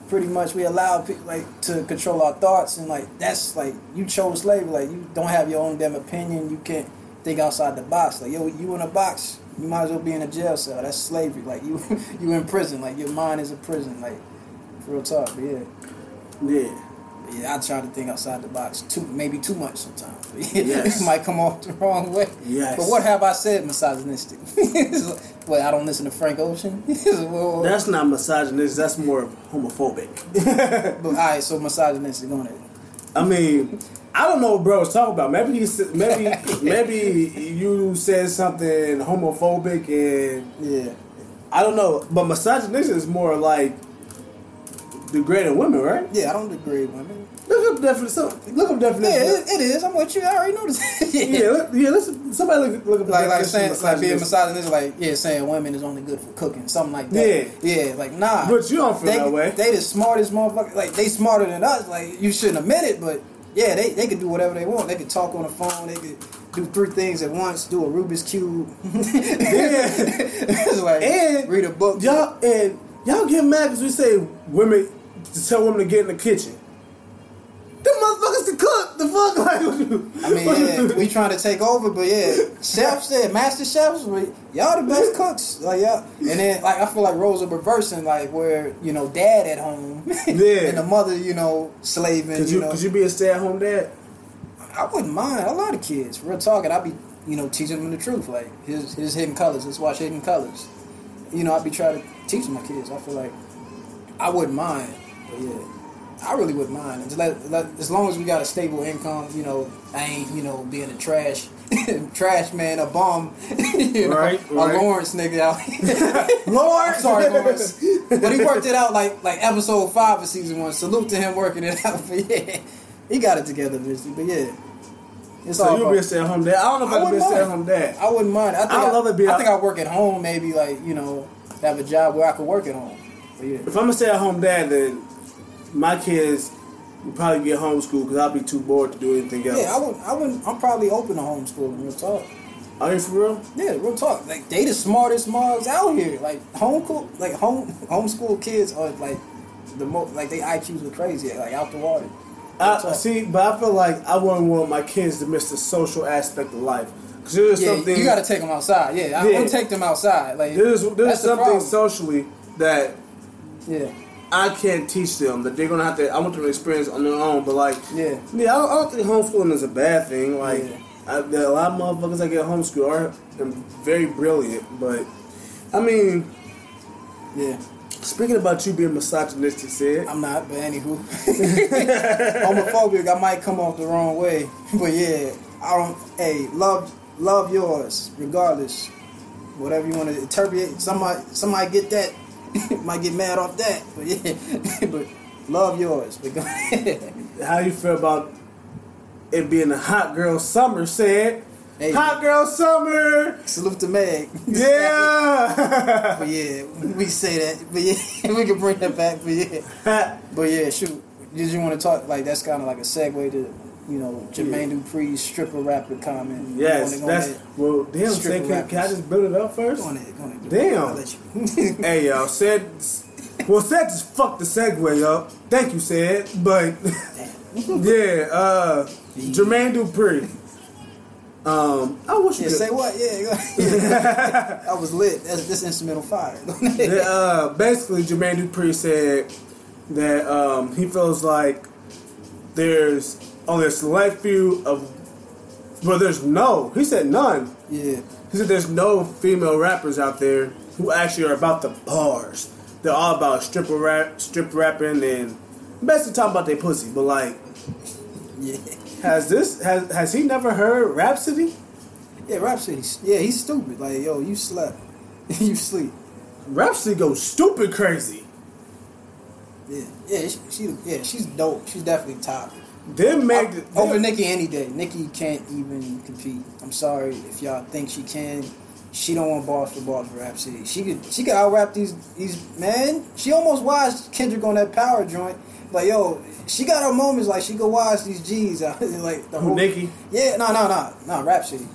S1: pretty much, we allow pe- like to control our thoughts and like that's like you chose slavery. Like you don't have your own damn opinion. You can't think outside the box. Like yo, you in a box. You might as well be in a jail cell. That's slavery. Like you, you in prison. Like your mind is a prison. Like, real talk. But yeah.
S2: Yeah.
S1: Yeah, I try to think outside the box too, maybe too much sometimes. Yeah,
S2: Yes.
S1: it might come off the wrong way.
S2: Yes.
S1: But what have I said misogynistic? Wait, I don't listen to Frank Ocean. Well,
S2: That's not misogynist. That's more homophobic.
S1: but, all right, so misogynistic on it.
S2: I mean, I don't know what bro was talking about. Maybe he, said- maybe maybe you said something homophobic and
S1: Yeah,
S2: I don't know. But misogynist is more like degrading women, right?
S1: yeah, I don't degrade women.
S2: Look up definition. so- Look up
S1: Yeah,
S2: definition.
S1: it, it is. I'm with you. I already know this.
S2: Yeah, look- yeah. Listen, somebody look, look up the
S1: Like, like
S2: definition
S1: saying,
S2: of
S1: like being
S2: misogynist.
S1: misogynist, like yeah, saying women is only good for cooking, something like that. Yeah, yeah, like nah.
S2: But you don't feel
S1: they,
S2: that way.
S1: They the smartest motherfucker. Like they smarter than us. Like you shouldn't admit it, but yeah, they, they could do whatever they want. They could talk on the phone. They could do three things at once, do a Rubik's cube. it's
S2: Yeah.
S1: like
S2: And-
S1: read a book.
S2: Y'all and y'all get mad because we say women to tell women to get in the kitchen. Them motherfuckers to cook. The fuck like what you-
S1: I mean,
S2: what you
S1: yeah,
S2: do?
S1: we trying to take over, but yeah, chefs, yeah, master chefs, we, y'all the best cooks, like y'all. And then, like, I feel like roles are reversing, like where you know, dad at home,
S2: Yeah.
S1: and the mother, you know, slaving.
S2: Could
S1: you
S2: you
S1: know,
S2: could you be a stay at home dad?
S1: I wouldn't mind. A lot of kids, real talking, I'd be, you know, teaching them the truth. Like, here's, here's Hidden Colors. Let's watch Hidden Colors. You know, I'd be trying to teach my kids. I feel like I wouldn't mind. But yeah, I really wouldn't mind. As, let, let, as long as we got a stable income, you know, I ain't, you know, being a trash, trash man, a bum, you know,
S2: Right,
S1: a
S2: right.
S1: Lawrence nigga out. Lawrence! sorry, Lawrence. But he worked it out like like episode five of season one. Salute to him working it out. But yeah, he got it together eventually. But yeah, it's
S2: So
S1: all.
S2: you'll
S1: about-
S2: be a stay at home dad. I don't know if
S1: I
S2: I, could be a
S1: wouldn't
S2: stay at
S1: mind.
S2: home dad.
S1: I wouldn't mind. I think
S2: I'd
S1: I,
S2: love to be
S1: I
S2: a-
S1: think I work at home. Maybe like you know have a job where I could work at home. But yeah,
S2: If I'm a stay at home dad, then my kids will probably get homeschooled because I'll be too bored to do anything else.
S1: yeah. I would. I wouldn't. I'm probably open to homeschooling. Real talk.
S2: Are you for real?
S1: Yeah, real talk. Like they the smartest mugs out here. Like homeschool, like home homeschool kids are like the most. Like they IQs are crazy. Like out the water. Real
S2: I,
S1: talk.
S2: see, but I feel like I wouldn't want my kids to miss the social aspect of life because there's
S1: Yeah,
S2: something
S1: you got to take them outside. Yeah, I'm
S2: Yeah.
S1: gonna take them outside. Like
S2: there's there's
S1: that's the
S2: something
S1: problem.
S2: socially that
S1: yeah,
S2: I can't teach them that they're gonna have to. I want them to experience on their own. But like,
S1: yeah,
S2: yeah, I don't, I don't think homeschooling is a bad thing. Like,
S1: Yeah.
S2: I, there are a lot of motherfuckers that get homeschooled are um, very brilliant. But I mean,
S1: yeah.
S2: speaking about you being misogynistic, said
S1: I'm not, but anywho, homophobic. I might come off the wrong way, but yeah, I don't. Hey, love, love yours, regardless, whatever you want to interpret. Somebody, somebody get that. might get mad off that, but yeah, but love yours. But
S2: how you feel about it being a hot girl summer, said
S1: Hey.
S2: hot girl summer.
S1: salute to Meg.
S2: Yeah.
S1: but yeah, we say that. But yeah, we can bring that back. But yeah. But yeah, shoot. Did you want to talk? Like that's kind of like a segue to you know Jermaine Dupri's stripper rapper comment. Go
S2: yes,
S1: on, go
S2: that's
S1: ahead.
S2: well. Damn,
S1: Stripper
S2: said, can, can I
S1: rappers.
S2: just build it up first?
S1: Go on ahead, go on ahead.
S2: Damn.
S1: I'll let you.
S2: Hey y'all, said well said just fucked the segue up. Thank you, said, but yeah, uh Jermaine Dupree. Um I wish
S1: yeah,
S2: we could-
S1: say what? Yeah, I was lit. That's this instrumental fire.
S2: Yeah, uh, basically Jermaine Dupree said that um, he feels like there's only a select few of well there's no he said none
S1: yeah,
S2: He said there's no female rappers out there who actually are about the bars. They're all about stripper rap, strip rapping, and basically talking about their pussy. But like,
S1: yeah,
S2: has this has has he never heard Rhapsody?
S1: yeah. Rhapsody's yeah, he's stupid. Like yo, you slept, you sleep.
S2: Rhapsody goes stupid crazy.
S1: Yeah, yeah, she, she yeah, she's dope. She's definitely top.
S2: Then Meg
S1: I- Uh, over Nikki any day. Nikki can't even compete. I'm sorry if y'all think she can. She don't want balls for balls for rap city. She could she could out rap these these man. She almost watched Kendrick on that power joint. Like yo, she got her moments. Like she could watch these G's out like the
S2: Who,
S1: whole
S2: Nicki?
S1: Yeah, no, no, no, no. Rap city.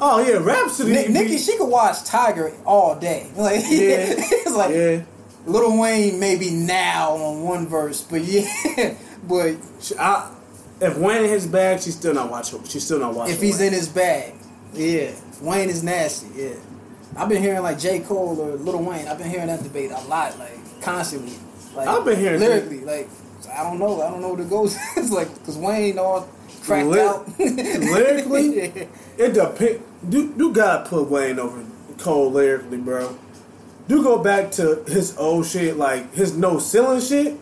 S2: Oh yeah, Rhapsody.
S1: Ni- Nikki, she could watch Tiger all day. Like
S2: yeah,
S1: it's like
S2: yeah.
S1: Little Wayne maybe now on one verse, but yeah, but
S2: She, I, if Wayne in his bag, she's still not watching. She's still not watching.
S1: If he's in his bag. Yeah. Wayne is nasty, yeah. I've been hearing like J. Cole or Lil Wayne. I've been hearing that debate a lot, like constantly. Like
S2: I've been hearing
S1: lyrically, like I don't know, I don't know what it goes. it's like because Wayne all cracked
S2: Lyr-
S1: out.
S2: lyrically?
S1: yeah.
S2: It depends. You, you gotta put Wayne over Cole lyrically, bro. You go back to his old shit, like his no ceiling shit.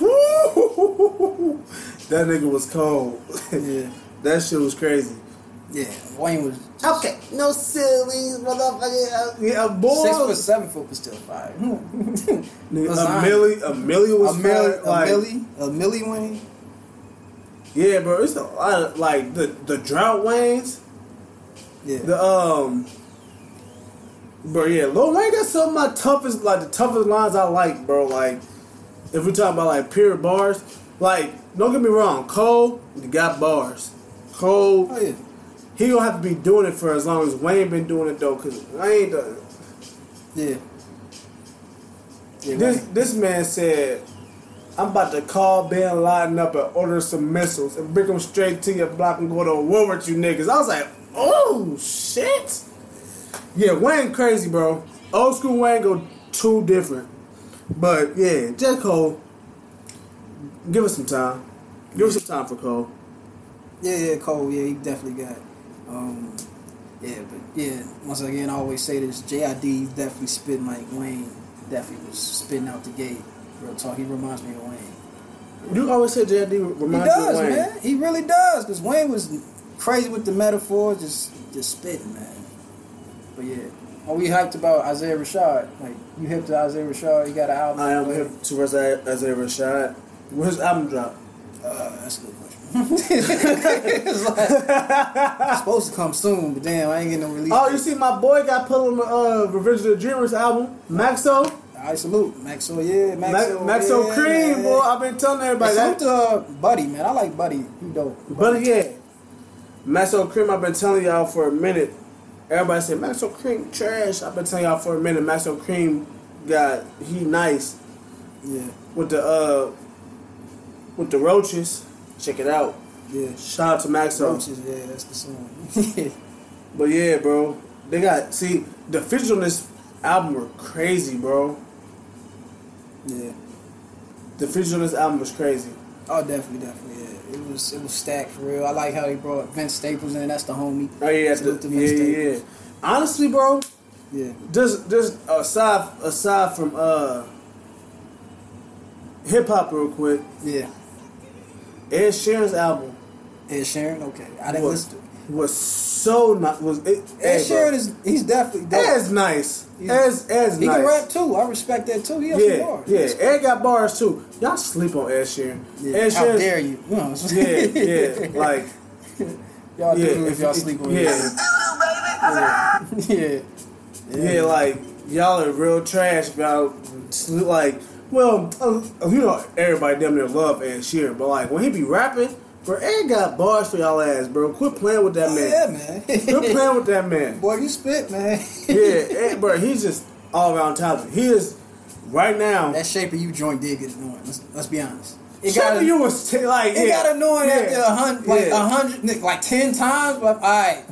S2: Woo! That nigga was cold.
S1: Yeah.
S2: that shit was crazy.
S1: yeah, Wayne was
S2: Okay, no ceilings, motherfucker. Yeah, boy.
S1: uh, six foot seven foot, but still fire.
S2: a
S1: Lasagna.
S2: milli, a milli
S1: A
S2: was
S1: Millie,
S2: fire,
S1: a
S2: like-
S1: Millie, a Millie Wayne.
S2: Yeah, bro. It's a lot of like the the drought Wayne's.
S1: Yeah,
S2: The um, bro, yeah, Lil Wayne got some of my toughest, like the toughest lines I like, bro. Like, if we talking about like pure bars, like don't get me wrong, Cole he got bars. Cole,
S1: Oh yeah.
S2: he gonna have to be doing it for as long as Wayne been doing it though, cause Wayne done.
S1: Yeah. Yeah,
S2: This
S1: right.
S2: this man said, "I'm about to call Ben Laden up and order some missiles and bring them straight to your block and go to war with you niggas." I was like, "Oh shit!" Yeah, Wayne crazy, bro. Old school Wayne go too different, but yeah, J Cole. Give us some time. Give us some time for Cole.
S1: Yeah, yeah, Cole. Yeah, he definitely got. Um, yeah, but yeah, once again, I always say this: JID definitely spitting like Wayne. Definitely was spitting out the gate. Real talk. He reminds me of Wayne.
S2: You always say JD
S1: He
S2: reminds me
S1: does,
S2: of Wayne.
S1: man. He really does, because Wayne was crazy with the metaphors, just just spitting, man. But yeah, are we hyped about Isaiah Rashad? Like you hip to Isaiah Rashad? You got an album?
S2: I am here to Isaiah Isaiah Rashad. When his album drop?
S1: Uh, that's a good question. It's like- it's supposed to come soon, but damn, I ain't getting no release.
S2: Oh, you see, my boy got put on the uh, Revenge of the Dreamers album, Maxo.
S1: I salute Maxo, yeah,
S2: Ma-
S1: Maxo,
S2: Maxo
S1: yeah,
S2: Cream,
S1: man.
S2: boy. I've been telling everybody
S1: Salute
S2: that.
S1: to uh, Buddy, man. I like Buddy. He dope.
S2: But yeah, Maxo Cream, I've been telling y'all for a minute. Everybody said Maxo Cream trash. I've been telling y'all for a minute. Maxo Cream got he nice
S1: Yeah,
S2: with the uh with the roaches. Check it out.
S1: yeah.
S2: Shout out to Maxo.
S1: Roaches, yeah, that's the song.
S2: But yeah, bro, they got see the features on this album were crazy, bro.
S1: yeah.
S2: The features on this album was crazy.
S1: Oh, definitely, definitely. Yeah, it was it was stacked for real. I like how they brought Vince Staples in. That's the homie.
S2: Oh yeah,
S1: Salute
S2: the-
S1: to
S2: yeah,
S1: Vince
S2: yeah, yeah.
S1: Staples.
S2: Honestly, bro,
S1: Yeah,
S2: just just aside aside from uh hip hop, real quick,
S1: yeah.
S2: Ed Sheeran's album
S1: Ed Sheeran, okay. I didn't
S2: was
S1: listen.
S2: was so nice. Was it,
S1: To Ed Sheeran is he's definitely dope.
S2: Ed's nice.
S1: Yeah.
S2: Ed's Ed's
S1: he
S2: nice.
S1: can rap too. I respect that too. He has some
S2: yeah,
S1: bars.
S2: yeah. Ed got bars too. Y'all sleep on Ed Sheeran.
S1: Yeah.
S2: Ed
S1: How
S2: Sheeran's-
S1: dare you? you know what I'm saying?
S2: yeah, yeah. Like
S1: y'all
S2: yeah,
S1: do if
S2: if
S1: y'all
S2: you-
S1: sleep on
S2: yeah.
S1: this. yeah.
S2: Yeah, like y'all are real trash. if Y'all sl- like, well, uh, you know, everybody damn near love Ed Sheeran, but like when he be rapping, bro, Ed got bars for y'all ass, bro. Quit playing with that
S1: Yeah,
S2: man.
S1: man.
S2: Quit playing with that man.
S1: Boy, you spit, man.
S2: Yeah, Ed, bro, he's just all around talented. He is right now.
S1: That shape of you joint did get annoying. Let's, let's be honest. It
S2: Some
S1: got
S2: of you was t- like,
S1: it
S2: yeah,
S1: got annoying
S2: yeah,
S1: after a hundred, like
S2: yeah.
S1: a hundred, Nick, like ten times. But all right,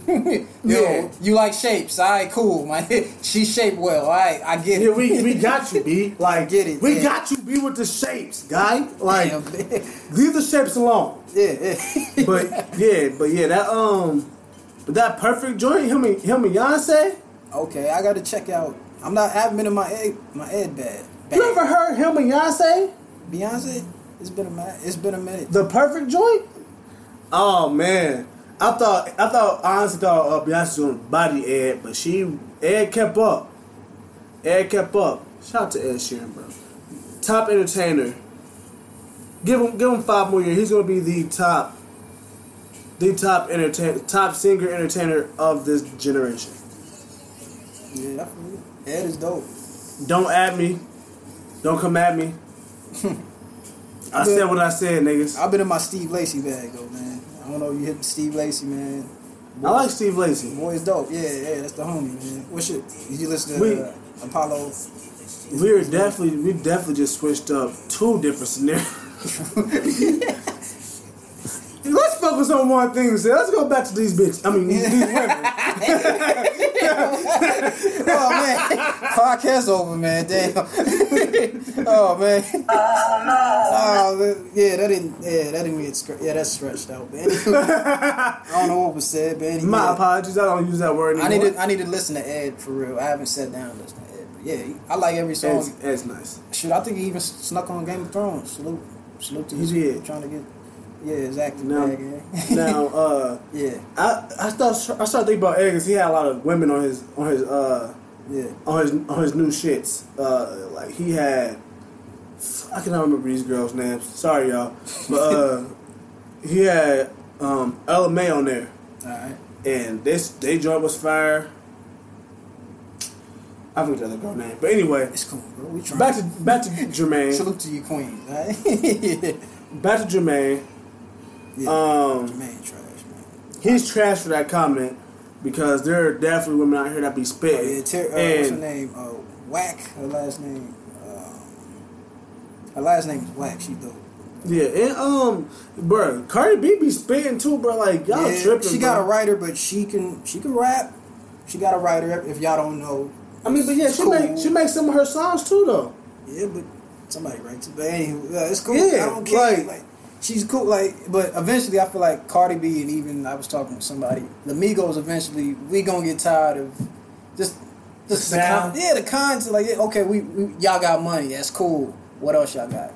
S1: yo,
S2: Yeah.
S1: you like shapes. All right, cool. My she shaped well. All right, I get it.
S2: Yeah, we, we got you, B. Like,
S1: get it,
S2: We
S1: yeah.
S2: got you, B, with the shapes, guy. Like,
S1: Damn, man.
S2: leave the shapes alone.
S1: yeah, yeah.
S2: But yeah, but yeah, that um, but that perfect joint, him and him and Beyonce.
S1: okay, I got to check out. I'm not. I haven't been in my ed, my ed bag. bag.
S2: You ever heard him and Beyonce?
S1: Beyonce? It's been a minute. It's been a minute.
S2: The perfect joint. Oh man, I thought I thought I honestly thought uh, Beyonce was doing body Ed, but she Ed kept up. Ed kept up. Shout out to Ed Sheeran, bro. Top entertainer. Give him give him five more years. He's gonna be the top, the top entertainer, top singer entertainer of this generation.
S1: Yeah, I feel you. Ed is dope.
S2: Don't at me. Don't come at me. I said what I said, niggas.
S1: I've been in my Steve Lacy bag though, man. I don't know. if You hit Steve Lacy, man.
S2: I like Steve Lacy.
S1: Boy, it's dope. Yeah, yeah, that's the homie, man. What shit? Did you listen to
S2: We-
S1: uh, Apollo?
S2: We're definitely we definitely just switched up two different scenarios. Let's focus on one thing. Sid. Let's go back to these bitches. I mean, these women.
S1: oh man, podcast over, man. Damn. oh man. Oh no. Oh man. yeah, that didn't. Yeah, that didn't get. Scr- yeah, that's stretched out, man. I don't know what was said, man. Anyway,
S2: My apologies. I don't use that word
S1: I
S2: anymore.
S1: need to. I need to listen to Ed for real. I haven't sat down and listened to Ed. But yeah, I like every song.
S2: Ed's, Ed's nice.
S1: Shoot, I think he even snuck on Game of Thrones. Salute, salute to
S2: He
S1: his
S2: did.
S1: trying to get. Yeah, exactly.
S2: Now-
S1: bag, yeah.
S2: Now, uh,
S1: yeah,
S2: I I started I started thinking about Ed because he had a lot of women on his on his uh
S1: yeah.
S2: on his on his new shits. Uh, like he had, I cannot remember these girls' names. Sorry, y'all, but uh, he had um, Ella May on there,
S1: All right.
S2: and this they joint was fire. I forget the other girl name, but anyway,
S1: It's cool, bro. We trying.
S2: back to back to Jermaine,
S1: salute to you, Queen. All right. yeah.
S2: back to Jermaine.
S1: yeah.
S2: Um,
S1: man, trash man.
S2: he's trash for that comment because there are definitely women out here that be
S1: Oh,
S2: spitting.
S1: yeah, Ter- uh, what's her
S2: and
S1: name? Uh, Whack. Her last name. Um, her last name is Whack. She dope.
S2: yeah, and um, bro, Cardi B be spitting too, bro. Like y'all
S1: Yeah,
S2: tripping.
S1: she got a
S2: bro.
S1: writer, but she can she can rap. She got a writer. If y'all don't know,
S2: I mean, but yeah,
S1: It's
S2: she make she makes some of her songs too, though.
S1: Yeah, but somebody writes it. But anywho, uh, it's cool.
S2: Yeah,
S1: I don't care.
S2: like-
S1: Like, she's cool. Like, but eventually, I feel like Cardi B and even I was talking to somebody. The Migos eventually we gonna get tired of just just
S2: The
S1: the
S2: sound?
S1: con- yeah the content. Like, yeah, okay, we, we y'all got money. That's cool. What else y'all got?